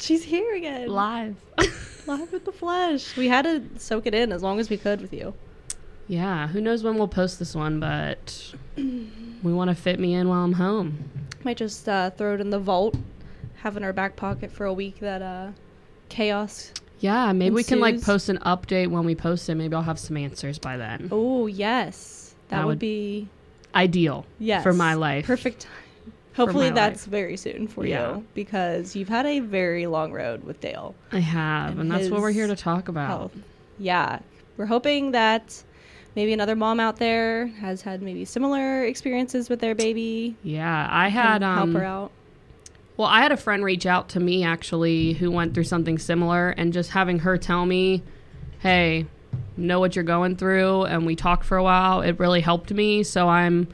She's here again. Live. Live with the flesh. We had to soak it in as long as we could with you. yeah. Who knows when we'll post this one, but we want to fit me in while I'm home. Might just uh, throw it in the vault, have in our back pocket for a week that uh, chaos. Yeah. Maybe we can like Ensues. post an update when we post it. Maybe I'll have some answers by then. Oh, yes. That, That would, would- be. Ideal. Yes. For my life. Perfect time. Hopefully my that's very soon for Yeah. you because you've had a very long road with Dale. I have, and, And that's what we're here to his talk about. health. Yeah. We're hoping that maybe another mom out there has had maybe similar experiences with their baby. Yeah, I can had help um, her out. Well, I had a friend reach out to me actually who went through something similar, and just having her tell me, "Hey, know what you're going through," and we talked for a while. It really helped me, so I'm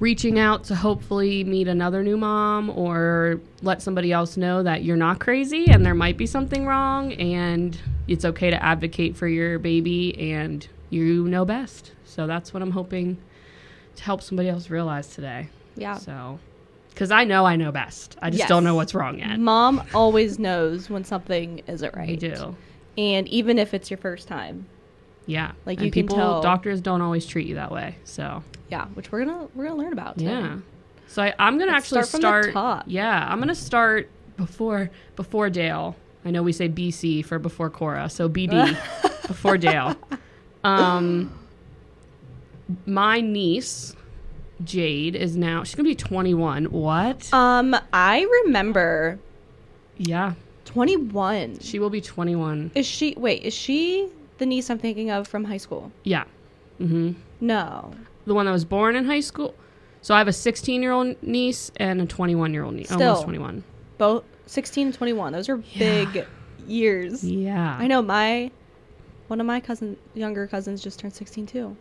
reaching out to hopefully meet another new mom or let somebody else know that you're not crazy and there might be something wrong, and it's okay to advocate for your baby and you know best. So that's what I'm hoping to help somebody else realize today. Yeah. So, because I know I know best. I just Yes. don't know what's wrong yet. Mom always knows when something isn't right. I do. And even if it's your first time. Yeah. Like, And you can people, tell- doctors don't always treat you that way. So, Yeah, which we're gonna we're gonna learn about. today. yeah. So I, I'm gonna Let's actually start from the top. Yeah, I'm gonna start before before Dale. I know we say BC for before Cora, so BD before Dale. Um, my niece Jade is now she's gonna be 21. What? Um, I remember yeah, twenty one. she will be 21. Is she wait, is she the niece I'm thinking of from high school? Yeah. Mm-hmm. No. the one that was born in high school. So I have a 16 year old niece and a 21 year old niece. Still. Almost 21. Both sixteen and twenty one. Those are big years. Yeah. I know my one of my cousin younger cousins just turned sixteen too.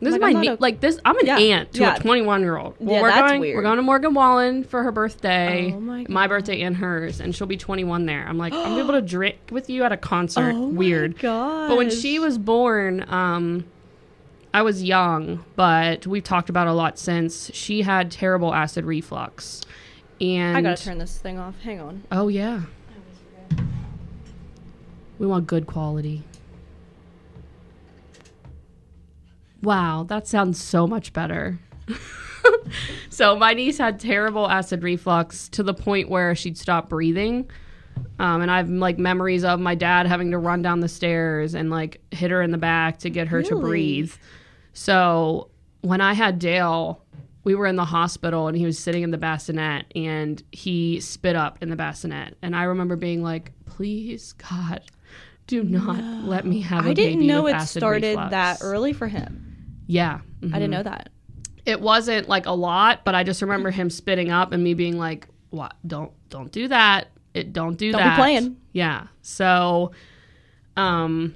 This Like, is my I'm not nie- a- like this. I'm an Yeah, aunt to yeah. a 21 year old. Well, Yeah, we're that's going. weird. We're going to Morgan Wallen for her birthday. Oh my birthday and hers, and she'll be 21 there. I'm like, I'm gonna be able to drink with you at a concert. Oh my Weird. gosh. But when she was born, um, I was young, but we've talked about it a lot since. She had terrible acid reflux, and I gotta turn this thing off. Hang on. Oh yeah. We want good quality. Wow, that sounds so much better. so my niece had terrible acid reflux to the point where she'd stop breathing. Um, and I have like memories of my dad having to run down the stairs and like hit her in the back to get her to Really? breathe. So when I had Dale, we were in the hospital and he was sitting in the bassinet and he spit up in the bassinet. And I remember being like, please, God, do not let me have a I didn't baby know with it acid started reflux." that early for him. Yeah. mhm. I didn't know that. It wasn't like a lot, but I just remember him spitting up and me being like, what? Don't, don't do that. It don't do Don't be that. playing. Yeah. So, um,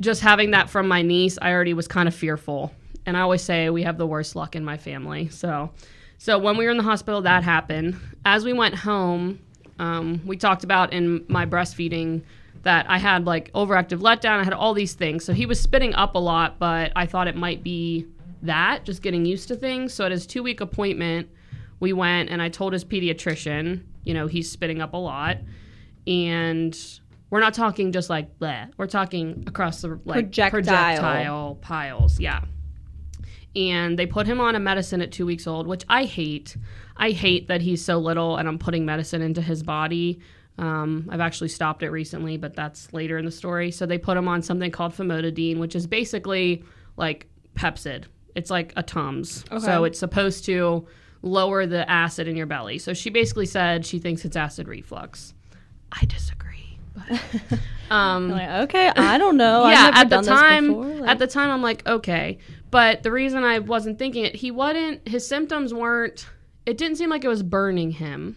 just having that from my niece, I already was kind of fearful. And I always say we have the worst luck in my family. So, so when we were in the hospital, that happened. As we went home, um, we talked about in my breastfeeding that I had like overactive letdown. I had all these things. So he was spitting up a lot, but I thought it might be that, just getting used to things. So at his two week appointment, we went and I told his pediatrician, you know, he's spitting up a lot. And we're not talking just like bleh. We're talking across the like Projectile. projectile piles. Yeah. And they put him on a medicine at two weeks old, which I hate. I hate that he's so little and I'm putting medicine into his body. Um, I've actually stopped it recently, but that's later in the story. So they put him on something called famotidine, which is basically like Pepsid. It's like a Tums. So Okay. it's supposed to lower the acid in your belly. So she basically said she thinks it's acid reflux. I disagree. But, I'm um, like, okay, I don't know. Oh, I've yeah, never at the done this time, before, like- at the time, I'm like, okay. But the reason I wasn't thinking it, he wasn't. His symptoms weren't. It didn't seem like it was burning him.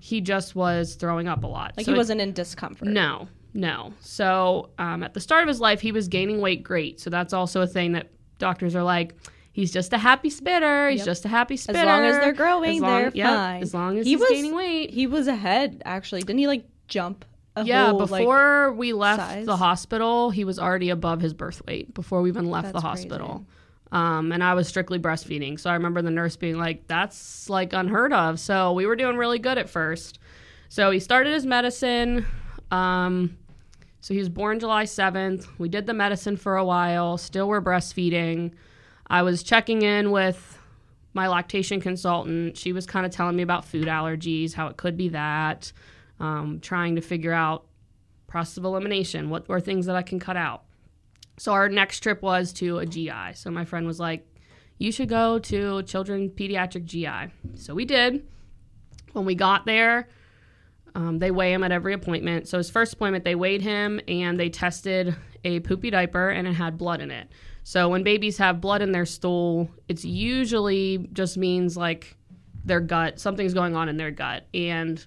He just was throwing up a lot. Like So he it- wasn't in discomfort. No, no. So um, at the start of his life, he was gaining weight. Great. So that's also a thing that doctors are like. He's just a happy spitter. He's Yep. just a happy spitter. As long as they're As growing, long- they're yep, fine. As long as He he's was- gaining weight. He was ahead, actually. Didn't he like jump a yeah, whole, like- before we left size? the hospital, he was already above his birth weight before we even left the That's hospital. Um, and I was strictly breastfeeding. So I remember the nurse being like, that's like unheard of. So we were doing really good at first. So he started his medicine. Um, so he was born July 7th. We did the medicine for a while, still were breastfeeding. I was checking in with my lactation consultant. She was kind of telling me about food allergies, how it could be that, um, trying to figure out process of elimination, what were things that I can cut out. So our next trip was to a GI. So my friend was like, you should go to Children Pediatric GI. So we did. When we got there, um, they weigh him at every appointment. So his first appointment, they weighed him and they tested a poopy diaper and it had blood in it. So when babies have blood in their stool, it's usually just means like their gut, something's going on in their gut, and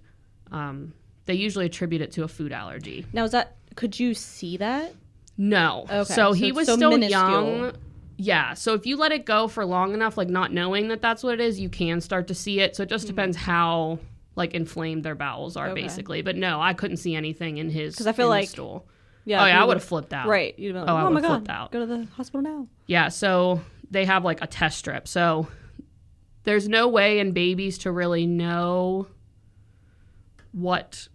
um, they usually attribute it to a food allergy. Now is that could you see that? Oh, No. Okay, So so he it's was so still minuscule. young. Yeah. So if you let it go for long enough, like not knowing that that's what it is, you can start to see it. So it just depends how like inflamed their bowels are, Hmm. Okay. basically. But no, I couldn't see anything in his. 'Cause I feel in the like- stool. Yeah. oh you yeah, I would've- would have flipped out. Right. You'd be like, Oh, I oh, my would've flipped god, out. go to the hospital now. Yeah, so they have like a test strip. So there's no way in babies to really know what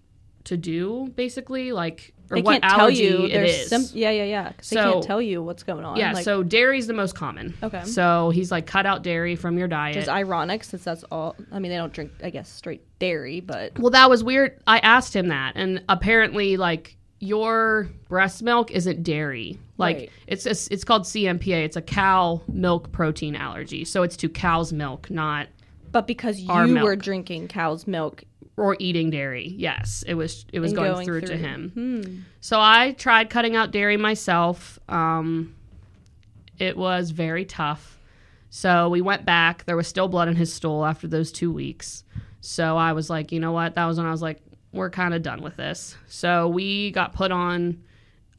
to do, basically, like or They what can't tell allergy you it there's is. some- yeah, yeah, yeah. 'cause they can't So- tell you what's going on. yeah, Like, so dairy's the most common. Okay. So he's like, cut out dairy from your diet. which is ironic since that's all. I mean, they don't drink, I guess, straight dairy, but Well, that was weird. I asked him that, and apparently, like your breast milk isn't dairy. Like Right. it's it's it's called CMPA. It's a cow milk protein allergy. So it's to cow's milk, not but because Our you were milk. drinking cow's milk, or eating dairy. Yes, it was it was And going, going through, to through. him. hmm, So I tried cutting out dairy myself. Um, it was very tough. So we went back. There was still blood in his stool after those two weeks. So I was like, you know what? That was when I was like, we're kind of done with this. So we got put on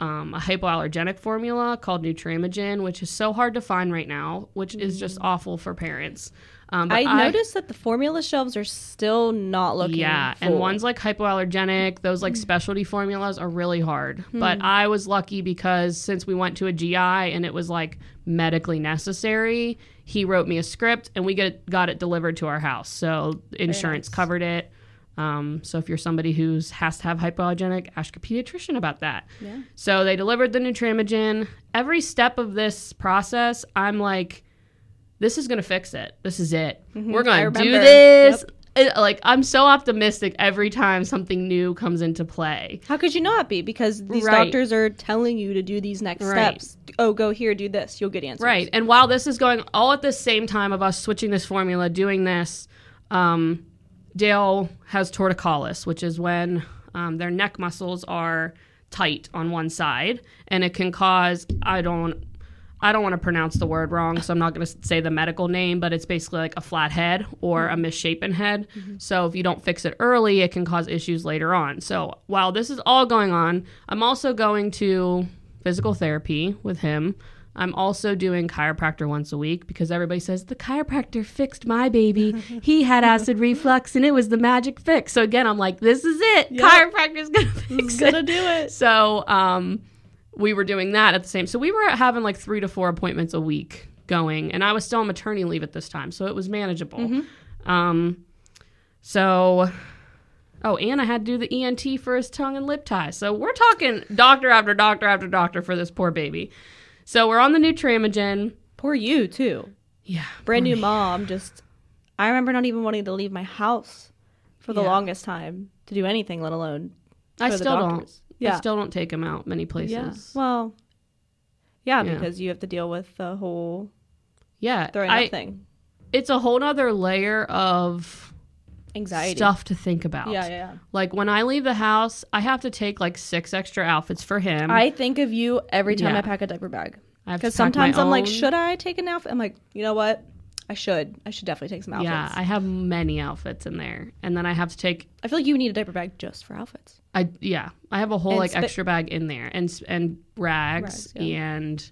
um, a hypoallergenic formula called Nutramigen, which is so hard to find right now, which is just awful for parents. Um, but Mm. I, noticed that the formula shelves are still not looking. Mm. yeah, full. and ones like hypoallergenic, those like specialty formulas are really hard. Hmm. But I was lucky because since we went to a GI and it was like medically necessary, he wrote me a script and we get got it delivered to our house. So insurance nice. covered it. Um, so if you're somebody who's has to have hypoallergenic, ask a pediatrician about that. Yeah. So they delivered the Nutramigen. Every step of this process, I'm like, this is gonna fix it. This is it. We're Mm-hmm. I gonna do remember. this. It- like I'm so optimistic every time something new comes into play. How could you not be? Because these Right. doctors are telling you to do these next Right. steps. Oh, go here, do this. You'll get answers. Right. And while this is going all at the same time of us switching this formula, doing this, um, Dale has torticollis, which is when um, their neck muscles are tight on one side, and it can cause I don't I don't want to pronounce the word wrong, so I'm not going to say the medical name, but it's basically like a flat head or a misshapen head. So if you don't fix it early, it can cause issues later on. So while this is all going on, I'm also going to physical therapy with him. I'm also doing chiropractor once a week because everybody says the chiropractor fixed my baby. he had acid reflux and it was the magic fix. So again, I'm like, this is it. Chiropractor's going to fix it. Gonna do it. So um, we were doing that at the same. So we were having like three to four appointments a week going, and I was still on maternity leave at this time, so it was manageable. Mm-hmm. Um, so. Oh, and I had to do the ENT for his tongue and lip tie. So we're talking doctor after doctor after doctor for this poor baby. So we're on the Nutramigen. Poor you too. Yeah. Brand new mom. Just, I remember not even wanting to leave my house for the Yeah. longest time to do anything, let alone. I for the still don't. doctors. I Yeah. still don't take him out many places. Yeah. Well. Yeah, Yeah. because you have to deal with the whole Yeah. throwing I- up thing, it's a whole nother layer of anxiety. stuff to think about. Yeah, yeah, yeah. Like when I leave the house, I have to take like six extra outfits for him. I think of you every time Mm. Yeah. I pack a diaper bag. I have to Because pack my sometimes I'm like, own. should I take an outfit? I'm like, you know what? I should. I should definitely take some outfits. Yeah, I have many outfits in there, and then I have to take. I feel like you need a diaper bag just for outfits. I yeah, I have a whole And like sp- extra bag in there, and s- and rags, Rags, yeah. and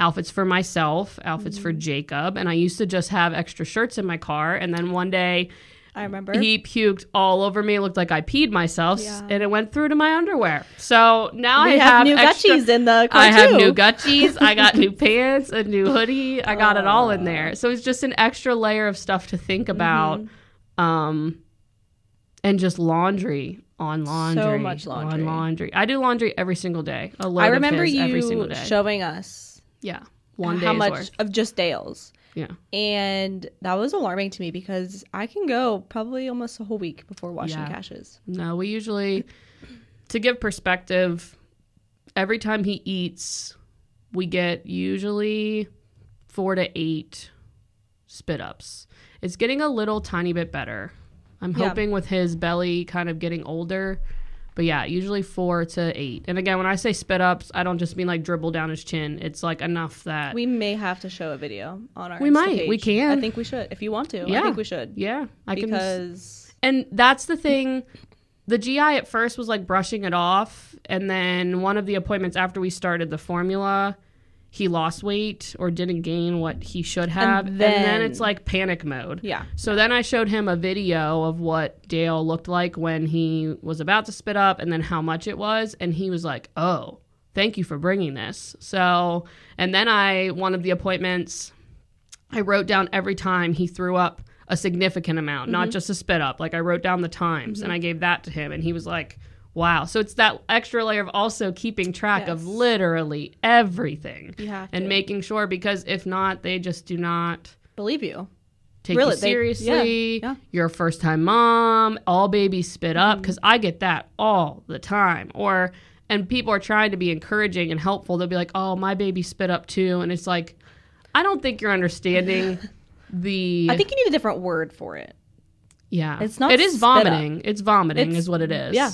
outfits for myself, outfits for Mm-hmm. Jacob, and I used to just have extra shirts in my car, and then one day I remember. he puked all over me, looked like I peed myself, s- Yeah. and it went through to my underwear. So now we I have, have, new extra, gutchies in the car I have too. new Gucci's. I got new pants, a new hoodie. I got it all in Mm-hmm. there. So it's just an extra layer of stuff to think about. Um, and just laundry on laundry, much laundry. on laundry. I do laundry every single day. A load I remember of his every single you day. showing us yeah, one day how much worth. of just Dale's. Yeah, And that was alarming to me because I can go probably almost a whole week before washing Yeah. caches. no, we usually to give perspective. Every time he eats, we get usually four to eight spit ups. It's getting a little tiny bit better. I'm Yeah. hoping with his belly kind of getting older. But yeah, usually four to eight. And again, when I say spit ups, I don't just mean like dribble down his chin. It's like enough that We may have to show a video on our We Insta might. We page. can. I think we should. If you want to. Yeah. I think we should. yeah, I can. s- because And that's the thing. The GI at first was like brushing it off. And then one of the appointments after we started the formula, he lost weight or didn't gain what he should have. And then, then- it's like panic mode. yeah. So then I showed him a video of what Dale looked like when he was about to spit up and then how much it was. And he was like, oh, thank you for bringing this. So, and then I, one of the appointments, I wrote down every time he threw up a significant amount, Mm-hmm. not just a spit up. Like I wrote down the times and I gave that to him. And he was like, wow. So it's that extra layer of also keeping track of Yes. literally everything You have and to. making sure because if not, they just do not Believe you. take Really, you they- yeah, seriously. yeah. Mm-hmm. You're a first time mom. All babies spit up because I get that all the time. Or and people are trying to be encouraging and helpful. They'll be like, "Oh, my baby spit up too," and it's like, I don't think you're understanding the. I think you need a different word for it. yeah, it's not It is spit up. vomiting. It's vomiting It's- is what it is. yeah.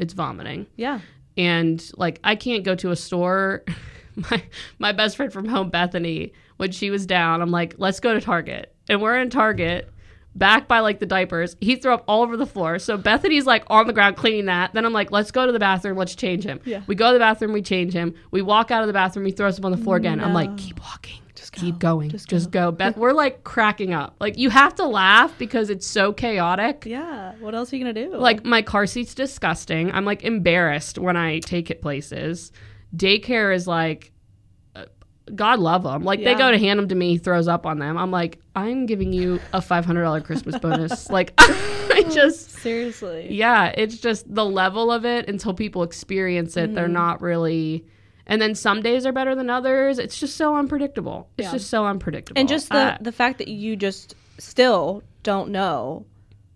it's vomiting Yeah. and like I can't go to a store. My my best friend from home, Bethany, when she was down, I'm like, let's go to Target, and we're in Target, back by like the diapers. He threw up all over the floor, so Bethany's like on the ground cleaning that. Then I'm like, let's go to the bathroom, let's change him. Yeah. We go to the bathroom, we change him. We walk out of the bathroom, he throws up on the floor again. I'm like, keep walking. Just Keep going. Just, go. Beth, we're like cracking up. Like you have to laugh because it's so chaotic Yeah. What else are you going to do? like my car seat's disgusting. I'm like embarrassed when I take it places. Daycare is like, uh, God love them. Like they Yeah. go to hand them to me, he throws up on them. I'm like, I'm giving you a $500 Christmas bonus. like I just, seriously. yeah, it's just the level of it until people experience it. Mm-hmm. They're not really. And then some days are better than others. It's just so unpredictable. It's Yeah. just so unpredictable. And just the I- the fact that you just still don't know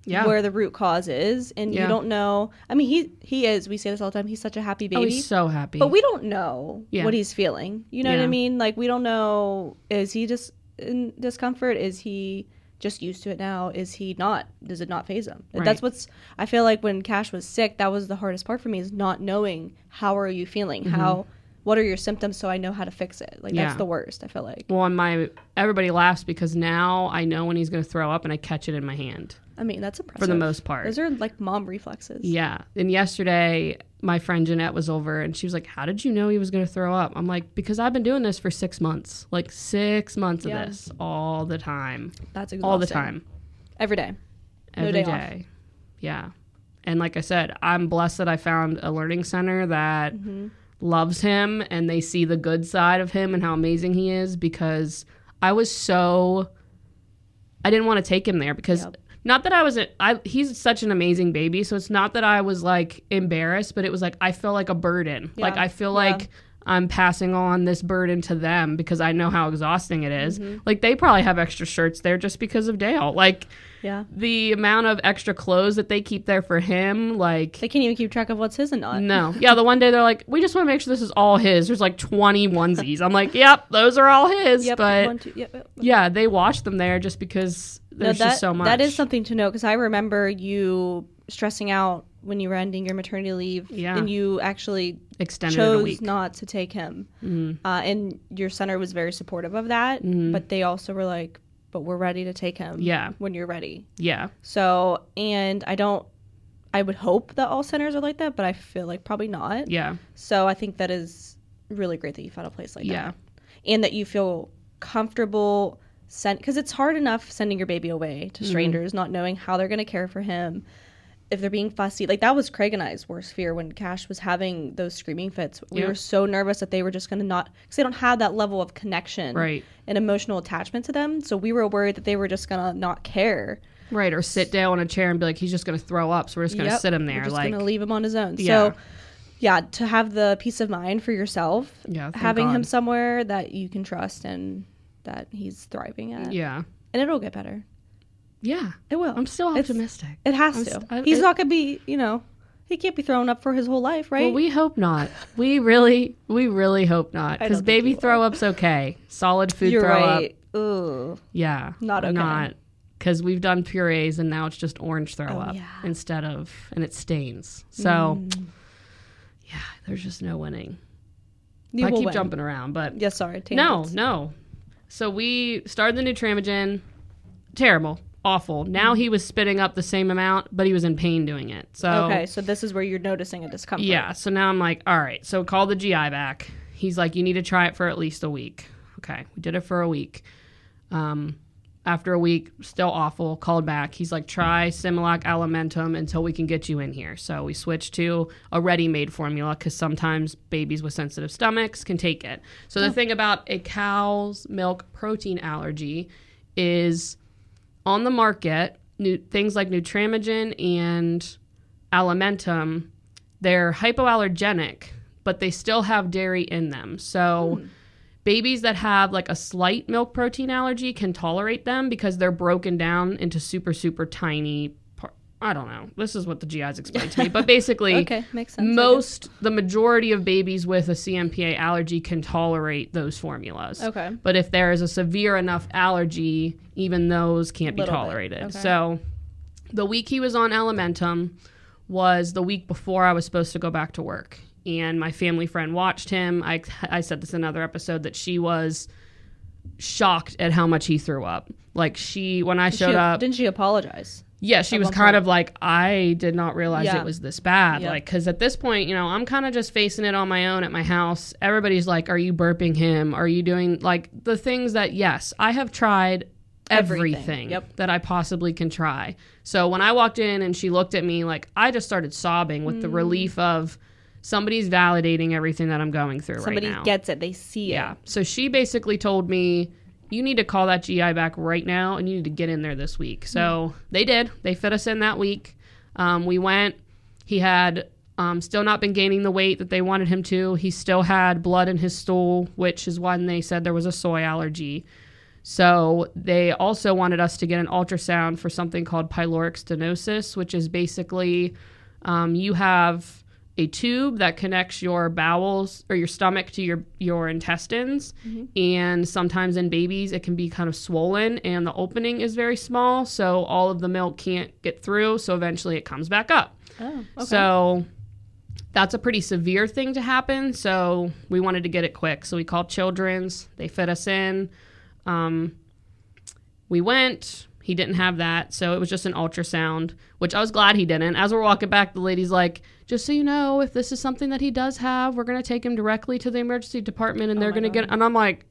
yeah. where the root cause is and Yeah. you don't know. I mean, he he is, we say this all the time, he's such a happy Oh, baby. he's so happy. But we don't know Yeah. what he's feeling. You know what Yeah. I mean? Like we don't know is he just in discomfort? Is he just used to it now? Is he not? Does it not phase him? Right. That's what's I feel like when Cash was sick, that was the hardest part for me is not knowing how are you feeling? How what are your symptoms so I know how to fix it? Like Mm-hmm. Yeah. that's the worst, I feel like. Well, and my everybody laughs because now I know when he's going to throw up, and I catch it in my hand I mean, that's impressive. for the most part. Those are like mom reflexes. yeah. And yesterday, my friend Jeanette was over, and she was like, "How did you know he was going to throw up?" I'm like, "Because I've been doing this for six months, like six months Yeah. of this all the time, That's exhausting. all the time, Every day. No every day, day off. Yeah. And like I said, I'm blessed that I found a learning center that Mm-hmm. loves him and they see the good side of him and how amazing he is because I was so I didn't want to take him there because Yep. not that I was a, I he's such an amazing baby so it's not that I was like embarrassed but it was like I feel like a burden like Yeah. I feel Yeah. like I'm passing on this burden to them because I know how exhausting it is. Mm-hmm. Like they probably have extra shirts there just because of Dale. Like Yeah. the amount of extra clothes that they keep there for him like They can't even keep track of what's his and not. no. Yeah, the one day they're like, we just want to make sure this is all his. There's like 20 onesies. I'm like, yep, those are all his. Yep. but one, two, yep, yep. yeah, they wash them there just because No, there's that, just so much. That is something to know because I remember you stressing out when you were ending your maternity leave, Yeah. and you actually extended it a chose week. Mm-hmm. not to take him. Uh, and your center was very supportive of that, but they also were like, "But we're ready to take him. Yeah. when you're ready." yeah. So, and I don't. I would hope that all centers are like that, but I feel like probably not. Yeah. So I think that is really great that you found a place like Yeah. that. And that you feel comfortable send because it's hard enough sending your baby away Mm-hmm. to strangers, not knowing how they're going to care for him, if they're being fussy. Like that was Craig and I's worst fear when Cash was having those screaming fits. We Yeah. were so nervous that they were just going to not because they don't have that level of connection Right. an emotional attachment to them. So we were worried that they were just gonna not care. right, or sit down on a chair and be like, he's just going to throw up, so we're just going to Yep, sit him we're there. just Like, gonna leave him on his own. Yeah. So, yeah, to have the peace of mind for yourself, yeah, thank having him God. somewhere that you can trust and that he's thriving at, Yeah, and it'll get better. yeah. It will. I'm still It's- optimistic. it has I'm to. s- I- he's it- not gonna be, you know, he can't be thrown up for his whole life, right? Well, we hope not. We really, we really hope not, I don't because think baby you will. throw up's okay. Solid food You're throw up, right. Ooh, yeah, Not okay. because we've done purees and now it's just orange throw up Oh, yeah. Mm. instead of, and it stains. So, yeah, there's just no winning. you I will keep win. jumping around, but Yeah, sorry. no, tangents. no. So we started the nutramigen. Terrible, awful. Mm. Now he was spitting up the same amount, but he was in pain doing it. So Okay, so this is where you're noticing a discomfort. yeah, so now I'm like, all right, so call the GI back. He's like, you need to try it for at least a week. Okay, we did it for a week. Um, after a week, still awful, called back. He's like, try Similac Alimentum until we can get you in here. So we switched to a ready made formula because sometimes babies with sensitive stomachs can take it. So the thing about a cow's milk protein allergy is on the market, new, things like Nutramigen and Alimentum, they're hypoallergenic, but they still have dairy in them. So babies that have like a slight milk protein allergy can tolerate them because they're broken down into super, super tiny. Par- I don't know. This is what the GIs explained to me. But basically, Okay, makes sense. I guess. most, the majority of babies with a CMPA allergy can tolerate those formulas. Okay. But if there is a severe enough allergy, even those can't be Little bit, tolerated. okay. So the week he was on Elementum was the week before I was supposed to go back to work. And my family friend watched him. I, I said this in another episode that she was shocked at how much he threw up. Like she, when I She- showed up, Didn't she apologize? yeah, she at was one kind point. of like, I did not realize Yeah. it was this bad. Yep. Like, because at this point, you know, I'm kind of just facing it on my own at my house. Everybody's like, Are you burping him? Are you doing like the things that, yes, I have tried everything, Everything. Yep. that I possibly can try. So when I walked in and she looked at me, like, I just started sobbing with the Mm. relief of somebody's validating everything that I'm going through Somebody right now. gets it. They see Yeah. it. So she basically told me, you need to call that GI back right now and you need to get in there this week. So they did. They fit us in that week. Um, we went. He had um, still not been gaining the weight that they wanted him to. He still had blood in his stool, which is when they said there was a soy allergy. So they also wanted us to get an ultrasound for something called pyloric stenosis, which is basically um, you have a tube that connects your bowels or your stomach to your your intestines, and sometimes in babies it can be kind of swollen and the opening is very small, so all of the milk can't get through. So eventually it comes back up. Oh, okay. So that's a pretty severe thing to happen. So we wanted to get it quick. So we called Children's. They fit us in. Um, we went. He didn't have that. So it was just an ultrasound, which I was glad he didn't. As we're walking back, the lady's like, just so you know, if this is something that he does have, we're going to take him directly to the emergency department and they're Oh my going to get. And I'm like,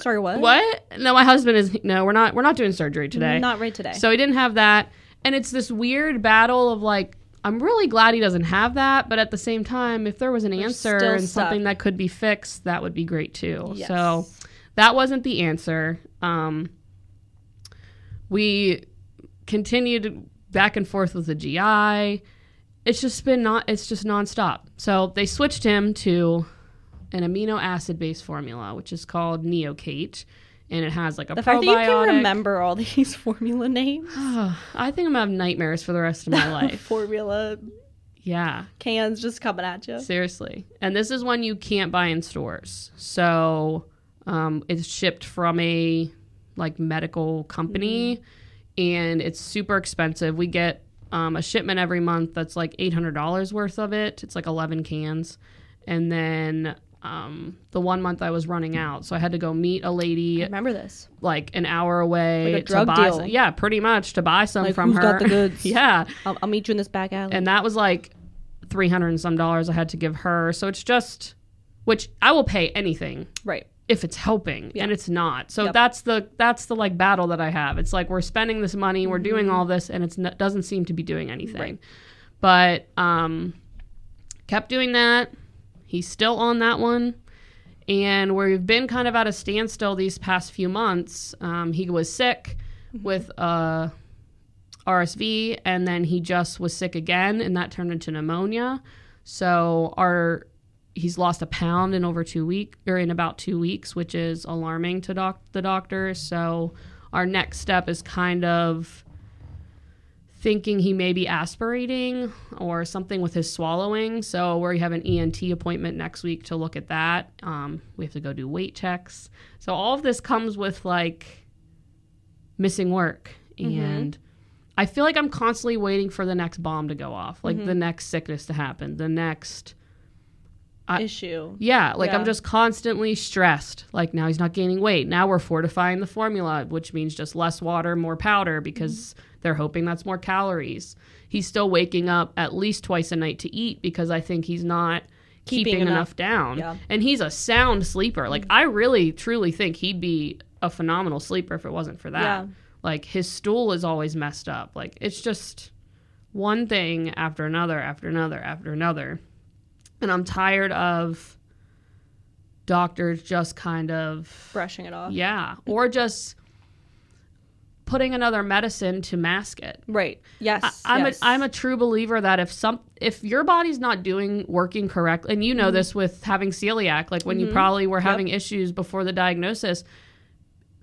Sorry, what? what? No, my husband is. No, we're not. We're not doing surgery today. Not right today. So he didn't have that. And it's this weird battle of like, I'm really glad he doesn't have that, but at the same time, if there was an answer still and something stuck. that could be fixed, that would be great too. Yes. So that wasn't the answer. Um, we continued back and forth with the GI. It's just been not. It's just nonstop. So they switched him to an amino acid based formula, which is called Neocate, and it has like a the probiotic. fact that you can remember all these formula names, I think I'm gonna have nightmares for the rest of my life. formula yeah, cans just coming at you. seriously. And this is one you can't buy in stores. So um, it's shipped from a like medical company, and it's super expensive. We get um, a shipment every month that's like eight hundred dollars worth of it. It's like eleven cans, and then. Um, the one month I was running out, so I had to go meet a lady Remember this? like an hour away Like a drug to buy deal. some- yeah, pretty much to buy some Like, from who's her. got the goods? yeah. I'll, I'll meet you in this back alley. and that was like 300 and some dollars i had to give her so it's just which i will pay anything right. if it's helping Yeah. and it's not so Yep. that's the that's the like battle that i have it's like we're spending this money we're Mm-hmm. doing all this and it's n- doesn't seem to be doing anything but um kept doing that he's still on that one and we've been kind of at a Mm-hmm. standstill these past few months um, he was sick with a RSV, and then he just was sick again, and that turned into pneumonia. So our he's lost a pound in over two week or in about two weeks, which is alarming to doc- the doctor. So our next step is kind of thinking he may be aspirating or something with his swallowing. So we have an ENT appointment next week to look at that. Um, we have to go do weight checks. So all of this comes with like missing work and. I feel like I'm constantly waiting for the next bomb to go off, like the next sickness to happen, the next I- issue. yeah, like Yeah. I'm just constantly stressed. Like now he's not gaining weight. Now we're fortifying the formula, which means just less water, more powder because Mm-hmm. they're hoping that's more calories. He's still waking up at least twice a night to eat because I think he's not keeping, Keeping enough, enough. down. Yeah. Mm. And he's a sound sleeper. Like I really truly think he'd be a phenomenal sleeper if it wasn't for that. Yeah. Like his stool is always messed up. Like it's just one thing after another after another after another. And I'm tired of doctors just kind of Brushing it off. yeah, or just putting another medicine to mask it. Right. Yes. I, I'm yes. a I'm a true believer that if some if your body's not doing working correctly, and you Mm-hmm. know this with having celiac, like when you probably were having issues before the diagnosis,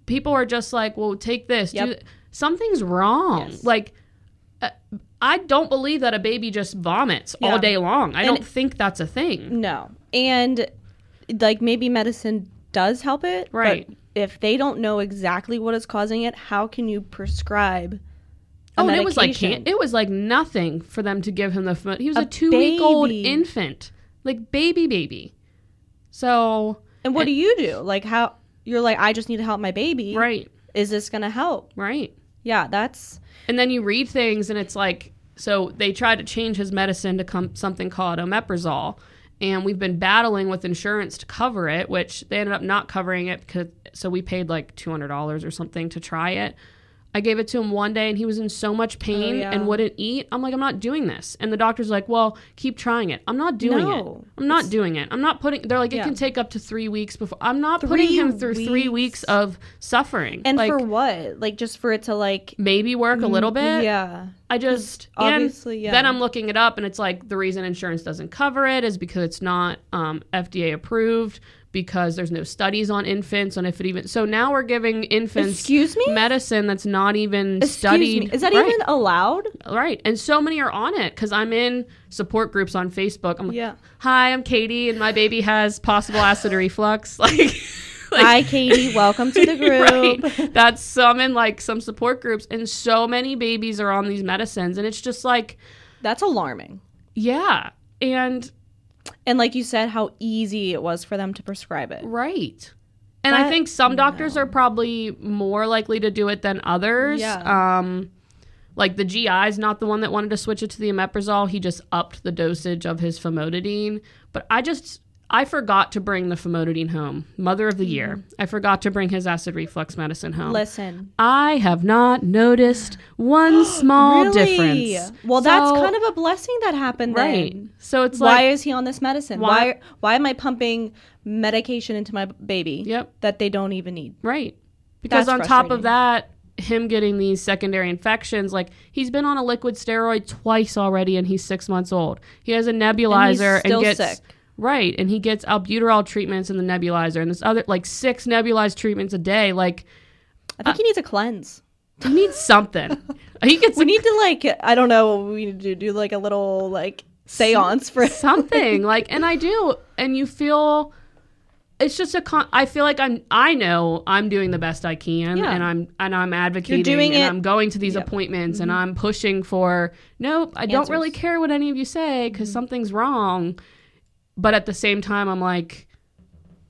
people are just like, "Well, take this. Do Yep. th- something's wrong." Yes. Like. uh, I don't believe that a baby just vomits all Yeah. day long. I And- don't think that's a thing. No. And like maybe medicine does help it. but Right. if they don't know exactly what is causing it, how can you prescribe? a Oh, and it was like medication? can- it was like nothing for them to give him the. fam- He was a, A two week old baby. infant, like baby baby. So And what do you do? Like how you're like, I just need to help my baby. right, Is this gonna help? right. Yeah, that's And then you read things, and it's like, so they tried to change his medicine to come something called omeprazole, and we've been battling with insurance to cover it, which they ended up not covering it because so we paid like two hundred dollars or something to try it. I gave it to him one day, and he was in so much pain Oh, yeah. and wouldn't eat. I'm like, I'm not doing this. And the doctor's like, Well, keep trying it. I'm not doing No. it. I'm not doing it. I'm not putting. They're like, it Yeah. can take up to three weeks before. I'm not putting Three him through weeks. three weeks of suffering. and like, for Mm, what? Like just for it to like maybe work a little bit. Yeah. I just obviously, and yeah. Then I'm looking it up, and it's like the reason insurance doesn't cover it is because it's not um, FDA approved because there's no studies on infants on if it even. So now we're giving infants Excuse me? medicine that's not even Excuse studied. me. Is that Right, even allowed? right? And so many are on it because I'm in support groups on Facebook. I'm like, Yeah. hi, I'm Katie, and my baby has possible acid reflux. Like, Hi like Katie, welcome to the Right. group. That's some in like some support groups, and so many babies are on these medicines, and it's just like, That's alarming. yeah, and And like you said, how easy it was for them to prescribe it. right. And I That- think some doctors are probably more likely to do it than others. Yeah. Um, like the GI's not the one that wanted to switch it to the omeprazole. He just upped the dosage of his famotidine. But I just I forgot to bring the famotidine home. Mother Mm-hmm. of the year. I forgot to bring his acid reflux medicine home. Listen, I have not noticed one small Really? difference. Well, that's So- kind of a blessing that happened then. right. So it's Why like, is he on this medicine? Why- Why, why am I pumping medication into my b- baby yep, that they don't even need? right. Because That's on top of frustrating. that, him getting these secondary infections, like he's been on a liquid steroid twice already, and he's six months old. He has a nebulizer and, still gets sick. right, and he gets albuterol treatments in the nebulizer, and this other like six nebulized treatments a day. Like I Uh, think he needs a cleanse. he needs something. he gets We need to like I don't know, we need to do like a little like séance for something like and i do and you feel it's just a con i feel like i'm i know i'm doing the best i can Yeah. and i'm and i'm advocating doing and it- i'm going to these Yep. Mm-hmm. appointments and i'm pushing for nope i don't really Answers. Mm-hmm. care what any of you say because something's wrong but at the same time i'm like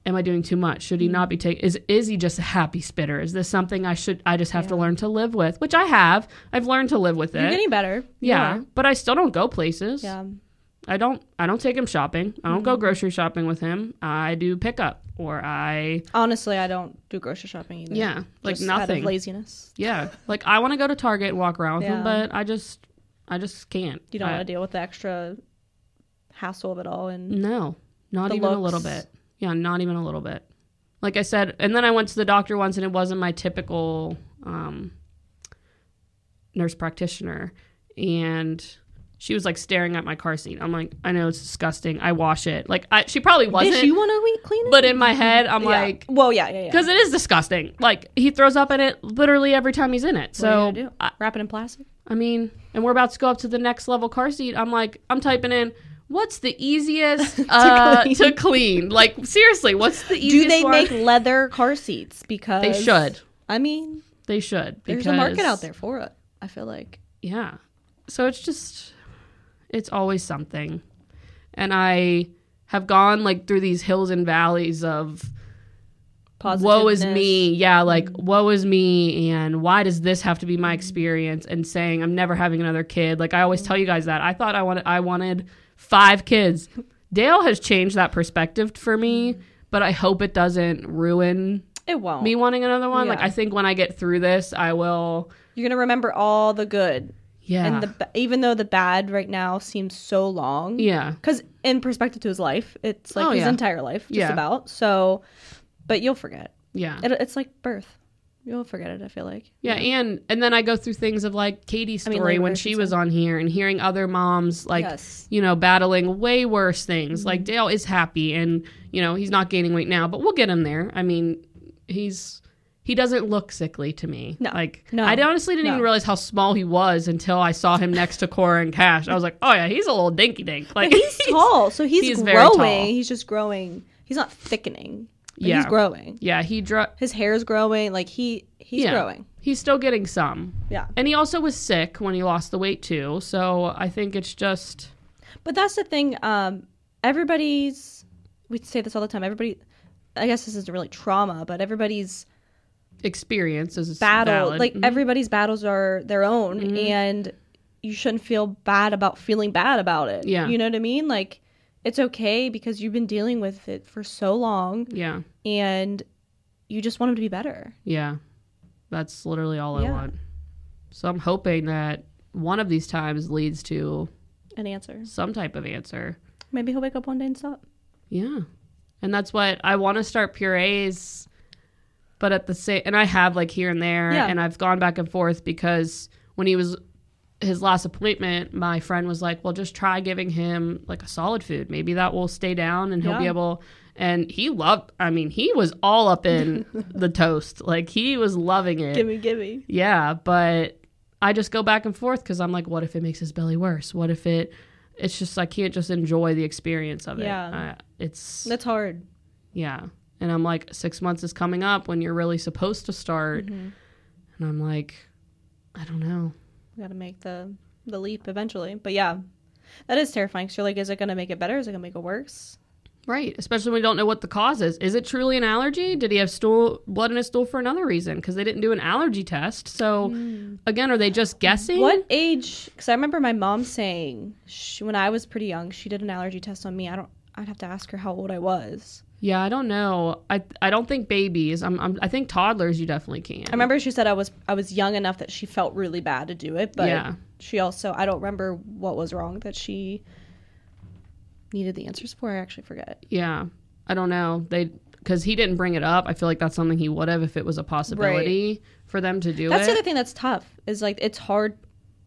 am i doing too much should he not be Mm-hmm. taking is is he just a happy spitter is this something i should i just have to learn to live with which i have i've learned to live with it You're getting better. You yeah are. but i still don't go places Yeah. I don't I don't take him shopping. I don't Mm-hmm. go grocery shopping with him. I do pickup or I Honestly, I don't do grocery shopping either. yeah, like Just Out nothing. of laziness. yeah. Like I want to go to Target and walk around with him, Yeah. but I just I just can't. You don't I- want to deal with the extra hassle of it all and No. Not The even a little looks. bit. Yeah, not even a little bit. Like I said, and then I went to the doctor once and it wasn't my typical um nurse practitioner and she was like staring at my car seat. I'm like, I know it's disgusting. I wash it. Like, I, she probably wasn't. Bitch, you want to clean it? but in my head, I'm Yeah. like, well, yeah, yeah, yeah. because it is disgusting. Like, he throws up in it literally every time he's in it. What are you So, gonna do? I, wrap it in plastic. I mean, and we're about to go up to the next level car seat. I'm like, I'm typing in, what's the easiest uh, clean. to clean? Like, seriously, what's the Do easiest they one? make leather car seats? Because They should. I mean, They should. there's a because- market out there for it. I feel like yeah so it's just it's always something and i have gone like through these hills and valleys of woe is Positiveness. Mm-hmm. me yeah like woe is me and why does this have to be my experience and saying i'm never having another kid like i always Mm-hmm. tell you guys that i thought i wanted i wanted five kids dale has changed that perspective for me Mm-hmm. but i hope it doesn't ruin It won't. me wanting another one like Oh. Yeah. i think when i get through this i will You're gonna remember all the good yeah and the ba- even though the bad right now seems so long. yeah Because in perspective to his life, it's like Oh, his yeah. entire life, just Yeah. about. So, but you'll forget. yeah It, it's like birth. You'll forget it. I feel like. Yeah, and and then I go through things of like Katie's I mean, story labor, I when should she was on here and hearing other moms like yes. you know battling way worse things. Mm-hmm. Like Dale is happy and you know he's not gaining weight now, but we'll get him there. I mean, he's he doesn't look sickly to me. No. like No. I honestly didn't No. even realize how small he was until I saw him next to Cora and Cash. I was like, oh yeah, he's a little dinky dink. Like He's tall, so he's, he's very growing. tall. He's just growing. He's not thickening. but Yeah. He's growing. Yeah, he dro- His hair is growing. Like he he's Yeah. growing. he's still getting some, Yeah. and he also was sick when he lost the weight too. So I think it's just But that's the thing. Um, everybody's. We say this all the time. Everybody. I guess this isn't really trauma, but everybody's experience is battle, valid. Mm-hmm. like Mhm. everybody's battles are their own, and you shouldn't feel bad about feeling bad about it. Yeah. you know what I mean. Like, it's okay because you've been dealing with it for so long, Yeah, and you just want them to be better. yeah. That's literally all I Yeah. want. So I'm hoping that one of these times leads to An answer. some type of answer. Maybe he'll wake up one day and stop. Yeah. And that's what I want to start purees, but at the same, and I have like here and there, Yeah. and I've gone back and forth because when he was his last appointment, my friend was like, "Well, just try giving him like a solid food. Maybe that will stay down, and he'll be Yeah. able." And he loved. I mean, he was all up in the toast. Like he was loving it. Gimme, gimme. Yeah, but I just go back and forth because I'm like, what if it makes his belly worse? What if it? It's just I can't just enjoy the experience of it. Yeah. I- it's That's hard. yeah, and I'm like, six months is coming up when you're really supposed to start, Mm-hmm. and I'm like, I don't know. We gotta make the the leap eventually. But yeah, that is terrifying. So you're like, is it gonna make it better? Is it gonna make it worse? Right, especially when we don't know what the cause is. Is it truly an allergy? Did he have stool blood in his stool for another reason? Because they didn't do an allergy test. So, again, are they just guessing? Mm. What age? Because I remember my mom saying she, when I was pretty young, she did an allergy test on me. I don't. I'd have to ask her how old I was. Yeah, I don't know. I I don't think babies. I'm, I'm I think toddlers. You definitely can. I remember she said I was I was young enough that she felt really bad to do it, but Yeah. she also I don't remember what was wrong that she needed the answers for. I actually forget. Yeah, I don't know. They because he didn't bring it up. I feel like that's something he would have if it was a possibility for them to do That's it. the other thing that's tough is like it's hard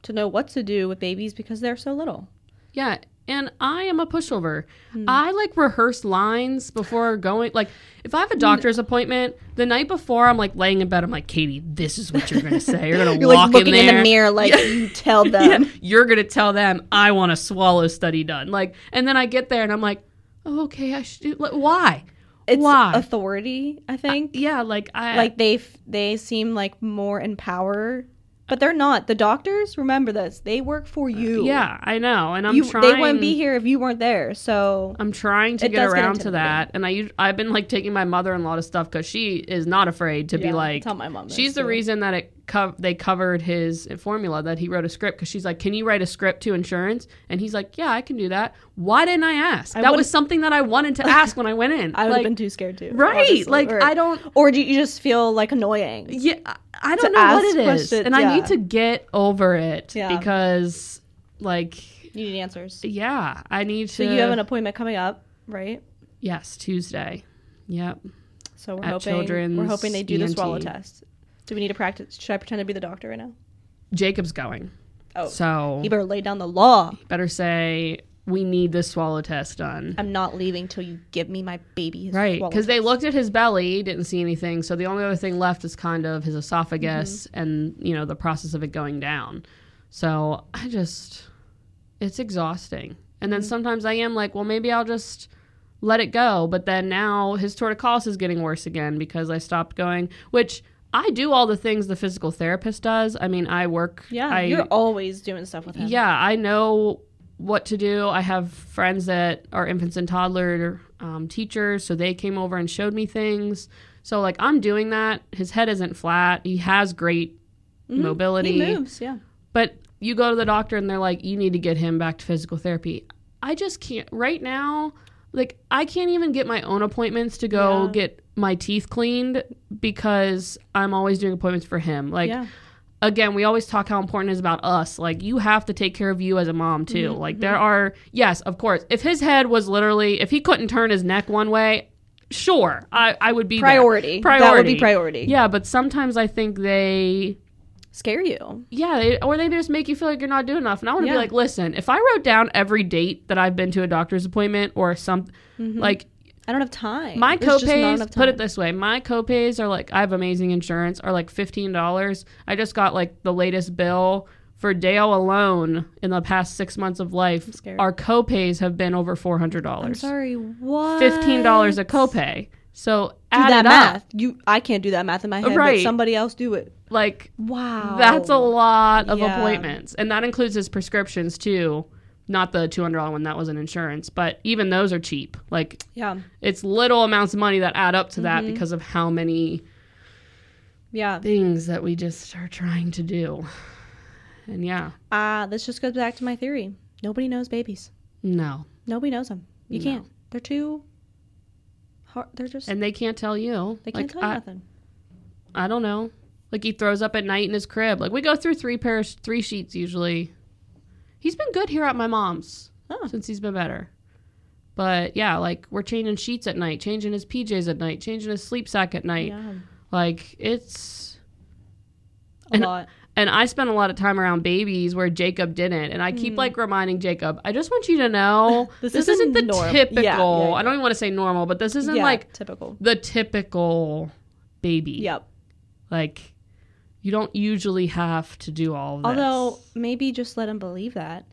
to know what to do with babies because they're so little. yeah, and I am a pushover. Hmm. I like rehearse lines before going. Like if I have a doctor's appointment the night before, I'm like laying in bed. I'm like, Katie, this is what you're gonna say. You're gonna You're walk like looking in in, there. the mirror like you tell them. Yeah, you're gonna tell them I want a swallow study done. Like, and then I get there and I'm like, oh, okay, I should do. Like, why? It's why? Uh, authority, I think. yeah, like I like they f- they seem like more in power but they're not the doctors remember this they work for you Uh, Yeah, I know, and I'm you, trying. Uh, they wouldn't be here if you weren't there so I'm trying to It get does get around to that, and I us- I've been like taking my mother in law to stuff because she is not afraid to be Yeah, like. tell my mom this, She's the too. reason that it co- they covered his formula that he wrote a script because she's like, can you write a script to insurance? And he's like, yeah, I can do that. Why didn't I ask? that was would've- something that I wanted to ask when I went in. i would like, have been too scared too right, honestly, like, I don't- or do you just feel like annoying Yeah, I- I don't to know ask what it is, questions, and I need yeah. to get over it Yeah. because, like, you need answers yeah, I need to. so you have an appointment coming up right yes Tuesday. Yep. so we're At E hoping we're hoping they do the Children's swallow ENT. test do we need to practice should i pretend to be the doctor right now Jacob's going. Oh, So you better lay down the law. better say we need this swallow test done. I'm not leaving till you give me my baby. His Right, swallow because they test. looked at his belly, didn't see anything. So the only other thing left is kind of his esophagus Mm-hmm. and you know the process of it going down. So I just, it's exhausting. Mm-hmm. And then sometimes I am like, well, maybe I'll just let it go. But then now his torticollis is getting worse again because I stopped going, which I do all the things the physical therapist does. I mean, I work. Yeah, I, you're always doing stuff with him. yeah, I know what to do. I have friends that are infants and toddler um, teachers, so they came over and showed me things. So like I'm doing that. His head isn't flat. He has great mobility. Mm-hmm. he moves. Yeah, But you go to the doctor and they're like, you need to get him back to physical therapy. I just can't right now. Like I can't even get my own appointments to go Yeah. get my teeth cleaned because I'm always doing appointments for him. Like yeah. again, we always talk how important it is about us. Like you have to take care of you as a mom too. Mm-hmm, Like there are yes, of course. If his head was literally if he couldn't turn his neck one way, sure. I, I would be there. Priority. Priority. That would be priority. Yeah, but sometimes I think they Scare you. yeah, they, or they just make you feel like you're not doing enough. And I want to Yeah. be like, listen, if I wrote down every date that I've been to a doctor's appointment or some like I don't have time. my There's Mm-hmm. just not copays, enough put it time. this way, my copays are like I have amazing insurance are like fifteen dollars. I just got like the latest bill for Dale alone in the past six months of life. scared. Our copays have been over four hundred I'm dollars. sorry. What? Fifteen dollars a copay. So Do add that it up. math. You, I can't do that math in my head. Right. Right. But somebody else do it. Like Wow. that's a lot of Oh, Yeah. appointments. And that includes his prescriptions too. Not the two hundred dollar one that was an insurance, but even those are cheap. Like Yeah. it's little amounts of money that add up to Mm-hmm. that because of how many Yeah. things that we just are trying to do. And yeah, Ah, this just goes back to my theory. Nobody knows babies. no. Nobody knows them. You No. can't. They're too. Hard. They're just. And they can't tell you. they can't like, tell you I, nothing. I don't know. Like he throws up at night in his crib. Like we go through three pairs, three sheets usually. He's been good here at my mom's Oh. since he's been better. But yeah, like we're changing sheets at night, changing his PJs at night, changing his sleep sack at night. Yeah. Like it's A And- lot. and I spent a lot of time around babies where Jacob didn't. And I keep like reminding Jacob, I just want you to know this, Hmm. This isn't, isn't the norm- Yeah, typical. yeah, yeah. I don't even want to say normal, but this isn't yeah, like typical. the typical baby. Yep. Like you don't usually have to do all this. Although maybe just let him believe that,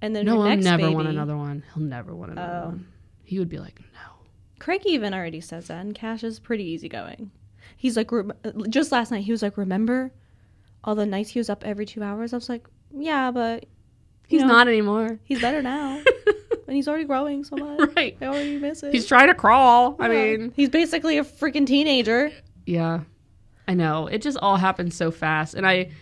and then her no, he'll next never baby. want another one. He'll never want another Oh. one. He would be like, no. Craig even already says that, and Cash is pretty easygoing. He's like, rem- just last night he was like, remember all the nights he was up every two hours? I was like, yeah, but He's know- not anymore. he's better now, and he's already growing so much. right. I already miss it. He's trying to crawl. I Yeah. mean, he's basically a freaking teenager. Yeah. I know. It just all happened so fast and I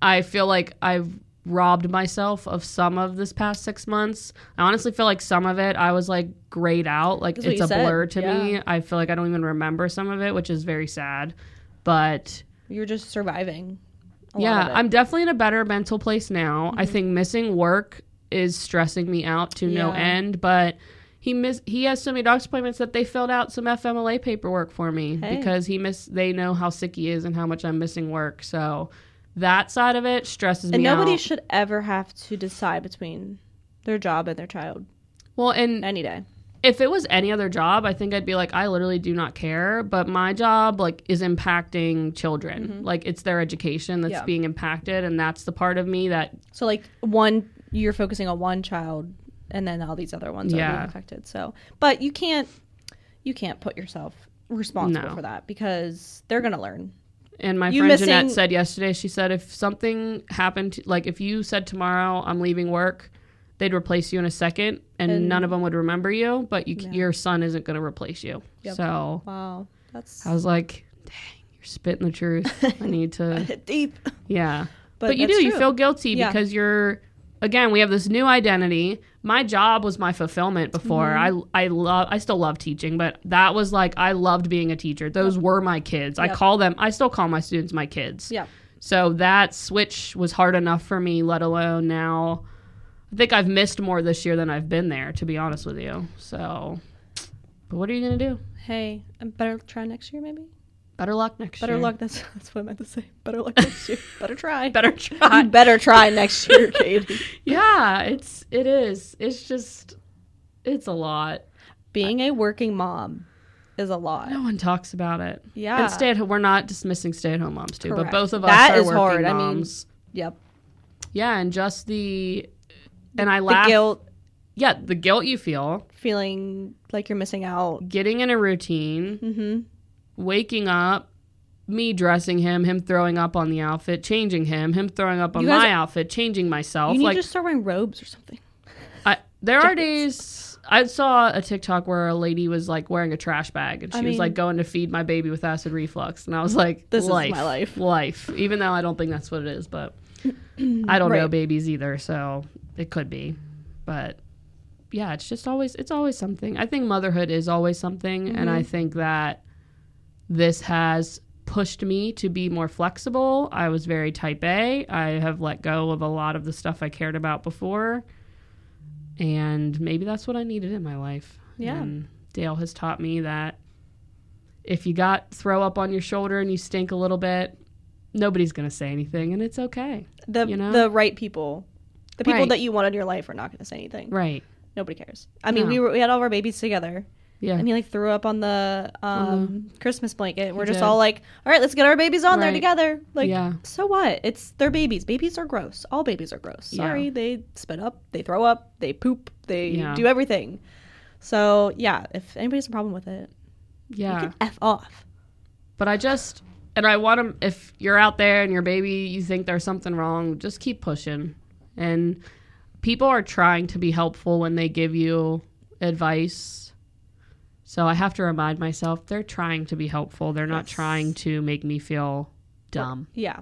I feel like I've robbed myself of some of this past 6 months. I honestly feel like some of it I was like grayed out, like That's what it's you a said. blur to me. Yeah. I feel like I don't even remember some of it, which is very sad. But You're just surviving. A lot yeah, of it. Mm-hmm. I'm definitely in a better mental place now. I think missing work is stressing me out to no Yeah. end, but he miss he has so many doctor's appointments that they filled out some FMLA paperwork for me Hey. because he miss they know how sick he is and how much I'm missing work. So that side of it stresses And me nobody out. should ever have to decide between their job and their child well, and any day. if it was any other job, I think I'd be like, I literally do not care. But my job like is impacting children. Like it's their education that's Mm-hmm. Yeah. being impacted, and that's the part of me that So like one, you're focusing on one child, and then all these other ones are Yeah. being affected. So, but you can't, you can't put yourself responsible No. for that because they're gonna learn. And my You friend Jeanette missing- said yesterday, she said if something happened, to, like if you said tomorrow I'm leaving work, they'd replace you in a second, and, And- none of them would remember you. But you, c Yeah. your son isn't going to replace you. Yep. So Wow, that's I was like, dang, you're spitting the truth. I need to, deep. But, yeah. But, you do. that's You true. feel guilty Yeah. because you're. Again, we have this new identity. My job was my fulfillment before. Mm-hmm. I I love I still love teaching, but that was like I loved being a teacher. Those were my kids. I Yep. call them I still call my students my kids. yeah. So that switch was hard enough for me, let alone now. I think I've missed more this year than I've been there, to be honest with you. So, but what are you going to do? Hey, I'm better try um, next year maybe. Better luck next Better year. luck. That's, that's what I meant to say. Better luck next year. Better try. Better You try. better try next year, Katie. yeah, it's it is. It's just it's a lot. Being a working mom is a lot. No one talks about it. Yeah. And stay at home. We're not dismissing stay at home moms too, Correct. but both of us That are is working hard. I mean, moms. Yep. yeah, and just the and I The laugh. guilt, Yeah, the guilt you feel feeling like you're missing out. getting in a routine, Mm-hmm. waking up, me dressing him, him throwing up on the outfit, changing him, him throwing up on You guys- my outfit, changing myself. You need like to start wearing robes or something. I, there are Jackets. days I saw a TikTok where a lady was like wearing a trash bag and she I was mean- like going to feed my baby with acid reflux and I was like This is my life, life. life even though I don't think that's what it is but I don't know Right. babies either so it could be but yeah it's just always it's always something I think motherhood is always something and Mm-hmm. I think that this has pushed me to be more flexible I was very type A I have let go of a lot of the stuff I cared about before and maybe that's what I needed in my life. Yeah. And Dale has taught me that if you got throw up on your shoulder and you stink a little bit, nobody's going to say anything and it's okay. The You know? the right people, the people Right. that you want in your life are not going to say anything. Right. Nobody cares. I mean, No. we were, we had all of our babies together, Yeah. Uh-huh. and he like threw up on the um, Christmas blanket. We're He just did. all like, all right, let's get our babies on there Right. together. Like, Yeah. so what? It's their babies. Babies are gross. All babies are gross. Yeah. Sorry, they spit up, they throw up, they poop, they Yeah. do everything. So yeah, if anybody has a problem with it, yeah. you can f off. but I just and I want to if you're out there and your baby you think there's something wrong, just keep pushing. And people are trying to be helpful when they give you advice. So I have to remind myself they're trying to be helpful. They're not Yes. trying to make me feel dumb. Yeah.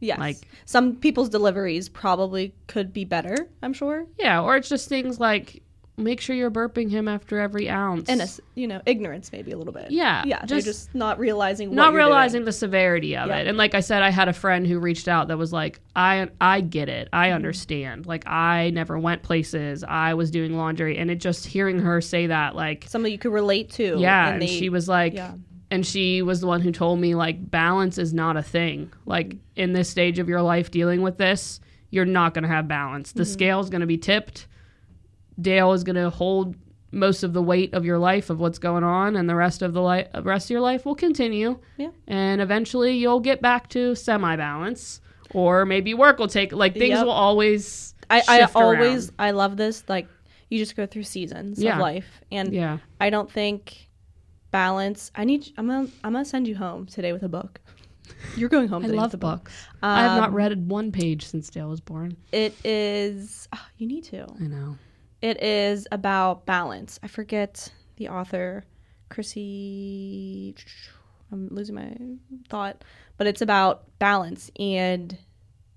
Yes. Like- some people's deliveries probably could be better, I'm sure. Yeah, or it's just things like make sure you're burping him after every ounce. And it's, you know, ignorance maybe a little bit. Yeah, Yeah. they're just- just not realizing what not you're doing. realizing the severity of Yeah. it. And like I said, I had a friend who reached out that was like, "I I get it. I Mm-hmm. understand. Like I never went places. I was doing laundry." And it just hearing her say that like, somebody you could relate to. yeah, And and, they- she was like yeah. and she was the one who told me like balance is not a thing. Like in this stage of your life dealing with this, you're not going to have balance. Mm-hmm. The scale's going to be tipped. Dale is going to hold most of the weight of your life of what's going on and the rest of the life rest of your life will continue Yeah. and eventually you'll get back to semi balance or maybe work will take like things Yep. will always I, I shift around. always, I love this. Like, you just go through seasons Yeah. of life. And yeah I don't think balance, I need, I'm going to I'm gonna send you home today with a book. You're going home I today love with a book. books I have not Um, read one page since Dale was born It is, oh, you need to. I know It is about balance. I forget the author, Chrissy. I'm losing my thought, but it's about balance. And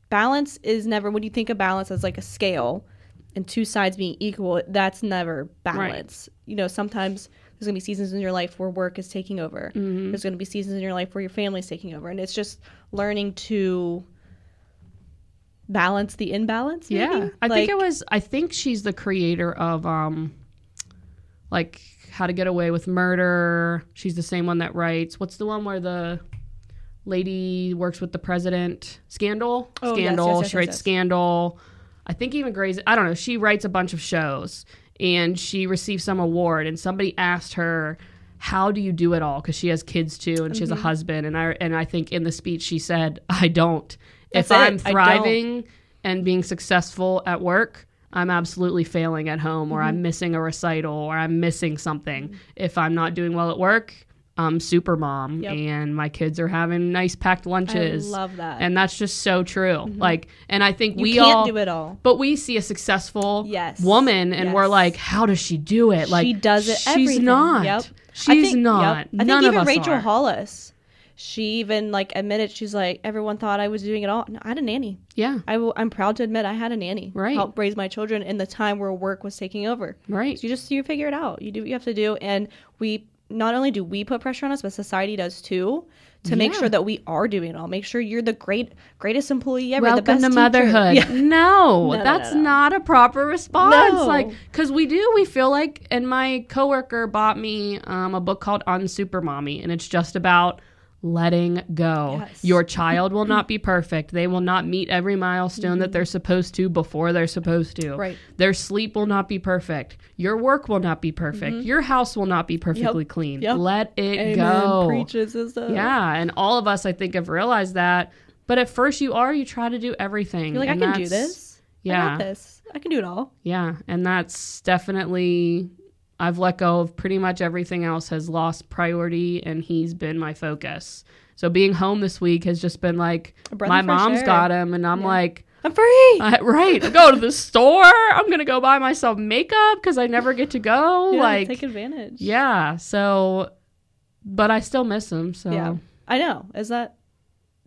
balance is never, when you think of balance as like a scale and two sides being equal, that's never balance. You know, sometimes there's going to be seasons in your life where work is taking over, Mhm. there's going to be seasons in your life where your family's taking over. And it's just learning to balance the imbalance. Maybe? Yeah, I Like- think it was. I think she's the creator of um, like How to Get Away with Murder. She's the same one that writes. What's the one where the lady works with the president? Scandal. Oh, yes, yes, Scandal. yes, she yes, writes yes. Scandal. I think even Grey's. I don't know. She writes a bunch of shows, and she received some award. And somebody asked her. How do you do it all? Because she has kids too, and she Mm-hmm. has a husband. And I and I think in the speech she said, "I don't. if That's it. I'm I don't. thriving, and being successful at work, I'm absolutely failing at home or Mm-hmm. I'm missing a recital or I'm missing something. If I'm not doing well at work, I'm super mom Yep. and my kids are having nice packed lunches. I love that. Mm-hmm. and that's just so true. Like and I think you we can't all do it all. but we see a successful Yes. woman and we're Yes. like, how does she do it? Like she does it. She's everything. not. Yep. I She's think- yep. not. I None think even of us Rachel are. Hollis, she even like admitted she's like everyone thought I was doing it all. No, I had a nanny. Yeah. I will, I'm proud to admit I had a nanny. Right. Help raise my children in the time where work was taking over. Right. So you just you figure it out. You do what you have to do, and we not only do we put pressure on us, but society does too. To make Yeah. sure that we are doing it all, make sure you're the great greatest employee ever. the Welcome best to teacher. motherhood. Yeah. No, no, that's no. not a proper response. No. Like, because we do, we feel like, and my coworker bought me um, a book called Unsuper Mommy, and it's just about letting go. Yes. Your child will not be perfect. They will not meet every milestone that they're supposed to before they're supposed to. Mm-hmm. Right. Their sleep will not be perfect. Your work will not be perfect. Your house will not be perfectly clean. Mm-hmm. Yep. Let it Amen. go. Preaches is the Yeah, and all of us, I think, have realized that. But at first, you are you try to do everything. You're like, and I can do that's- this. I Yeah. got this. I can do it all. Yeah, and that's definitely I've let go of pretty much everything else has lost priority, and he's been my focus. So being home this week has just been like A breath my of fresh mom's air. got him, and I'm Yeah. like, I'm free. I, right, go to the store. I'm gonna go buy myself makeup because I never get to go. Yeah, like, take advantage. yeah. So, but I still miss him. So. Yeah. I know. Is that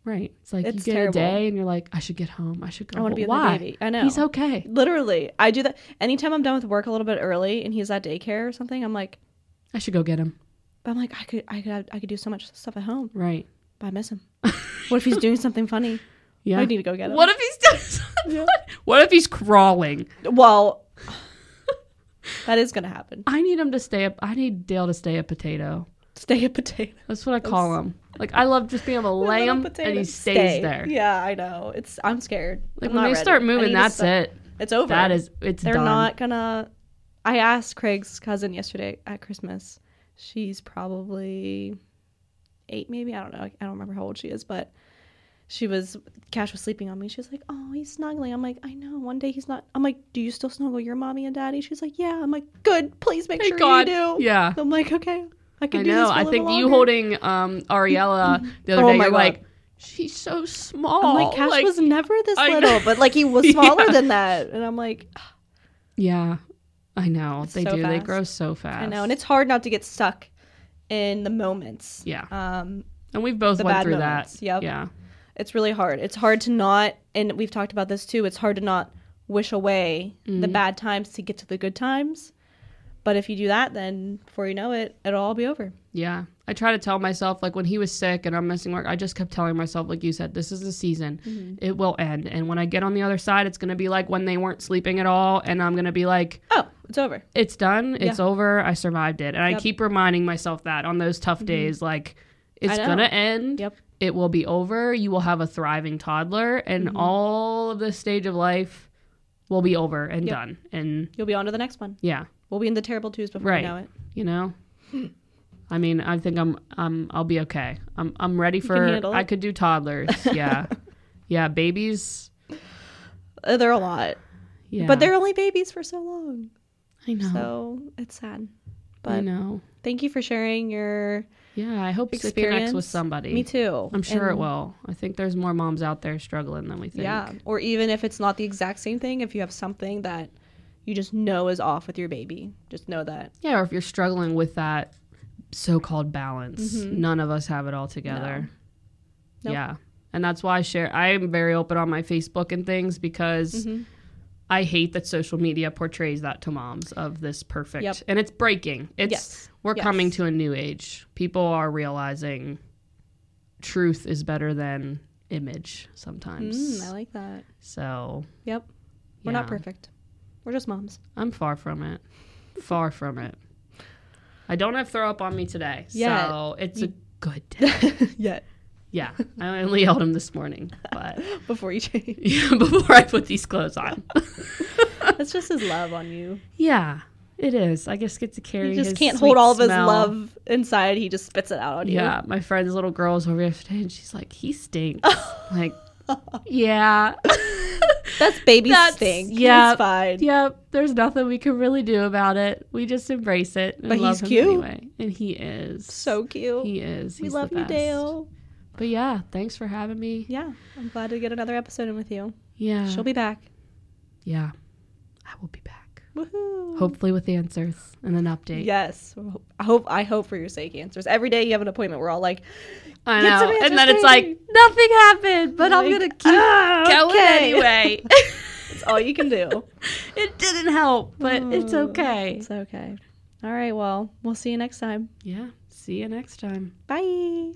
Right. It's like you It's get terrible. a day and you're like, I should get home. I should go. I want to be home." with Why? my baby. I know. He's okay. Literally, I do that anytime I'm done with work a little bit early and he's at daycare or something. I'm like, I should go get him. but I'm like, I could, I could, have, I could do so much stuff at home, Right. but I miss him. what if he's doing something funny? Yeah. I need to go get him. What if he's What if he's crawling? Well, that is gonna happen. I need him to stay up. I need Dale to stay a potato. Stay a potato. That's what I call him. Like I love just being able to lay Little him potato. and he stays Stay. there. Yeah, I know. It's I'm scared. Like I'm when not they ready. start I moving, need to that's stop. it. It's over. That is it's They're done. not gonna. I asked Craig's cousin yesterday at Christmas. She's probably eight, maybe. I don't know. I don't remember how old she is, but she was. Cash was sleeping on me. She was like, "Oh, he's snuggling." I'm like, "I know." One day he's not. I'm like, "Do you still snuggle your mommy and daddy?" She's like, "Yeah." I'm like, "Good. Please make Thank sure God. you do." Yeah. I'm like, "Okay, I can I do know. this." For a I little think you longer." holding um Ariella the other Oh day, my you're God. like, She's so small. I'm like, Cash Like, was never this I- little, but like he was Yeah. smaller than that, and I'm like, Yeah. I know. They so do. They fast. grow so fast. I know, and it's hard not to get stuck in the moments. Yeah. Um, And we've both the went bad through moments. that. Yep. Yeah. it's really hard. It's hard to not, and we've talked about this too. It's hard to not wish away the Mm-hmm. bad times to get to the good times. But if you do that, then before you know it, it'll all be over. Yeah. I try to tell myself like when he was sick and I'm missing work, I just kept telling myself, like you said, this is the season. Mm-hmm. It will end. And when I get on the other side, it's gonna be like when they weren't sleeping at all and I'm gonna be like, Oh, it's over. It's done, it's over, I survived it. And I Yep. Mm-hmm. keep reminding myself that on those tough days, like it's I know. gonna end. Yep. It will be over. You will have a thriving toddler and Mm-hmm. all of this stage of life will be over and Yep. done. And You'll be on to the next one. yeah. We'll be in the terrible twos before Right. you know it. you know Hmm. i mean i think i'm i'm i'll be okay i'm i'm ready for handle i it. could do toddlers yeah yeah babies Uh, They're a lot, yeah but they're only babies for so long. i know So it's sad. i But know thank you for sharing your yeah i hope it connects Experience? with somebody Me too. i'm sure it And- will i think there's more moms out there struggling than we think Yeah. Or even if it's not the exact same thing, if you have something that you just know is off with your baby, just know that. yeah or if you're struggling with that so-called balance none of us have it all together Mm-hmm. Nope. yeah and that's why i share i am very open on my facebook and things because Mm-hmm. I hate that social media portrays that to moms of this perfect. Yep. And it's breaking. It's Yes. we're Yes. coming to a new age. People are realizing truth is better than image sometimes. Mm, I like that. so Yep. We're not Yeah. perfect. We're just moms. I'm far from it. far from it. I don't have throw up on me today. Yet. So it's a good day. Yet. yeah. I only yelled him this morning, but Before you change. yeah, before I put these clothes on. That's just his love on you. yeah. It is. I just get to carry. He just his can't sweet hold all of his smell. love inside. He just spits it out on you. Yeah, my friend's little girl was over yesterday, and she's like, "He stinks." like, yeah, That's baby That's- stink. yeah. It's fine. yep. There's nothing we can really do about it. We just embrace it. And But love he's him cute. anyway, and he is So cute. He is. we He's the love you, best. Dale. But yeah, thanks for having me. Yeah. I'm glad to get another episode in with you. Yeah, She'll be back. yeah. I will be back, Woohoo. hopefully with answers and an update. Yes, I hope I hope for your sake answers. Every day you have an appointment, we're all like, I Get some know. answers And then it's for like me. nothing happened, but I'm Like, gonna keep "Ah, going okay." anyway. "It's all you can do." it didn't help, but it's Oh, okay. It's okay. All right. Well, we'll see you next time. Yeah. See you next time. Bye.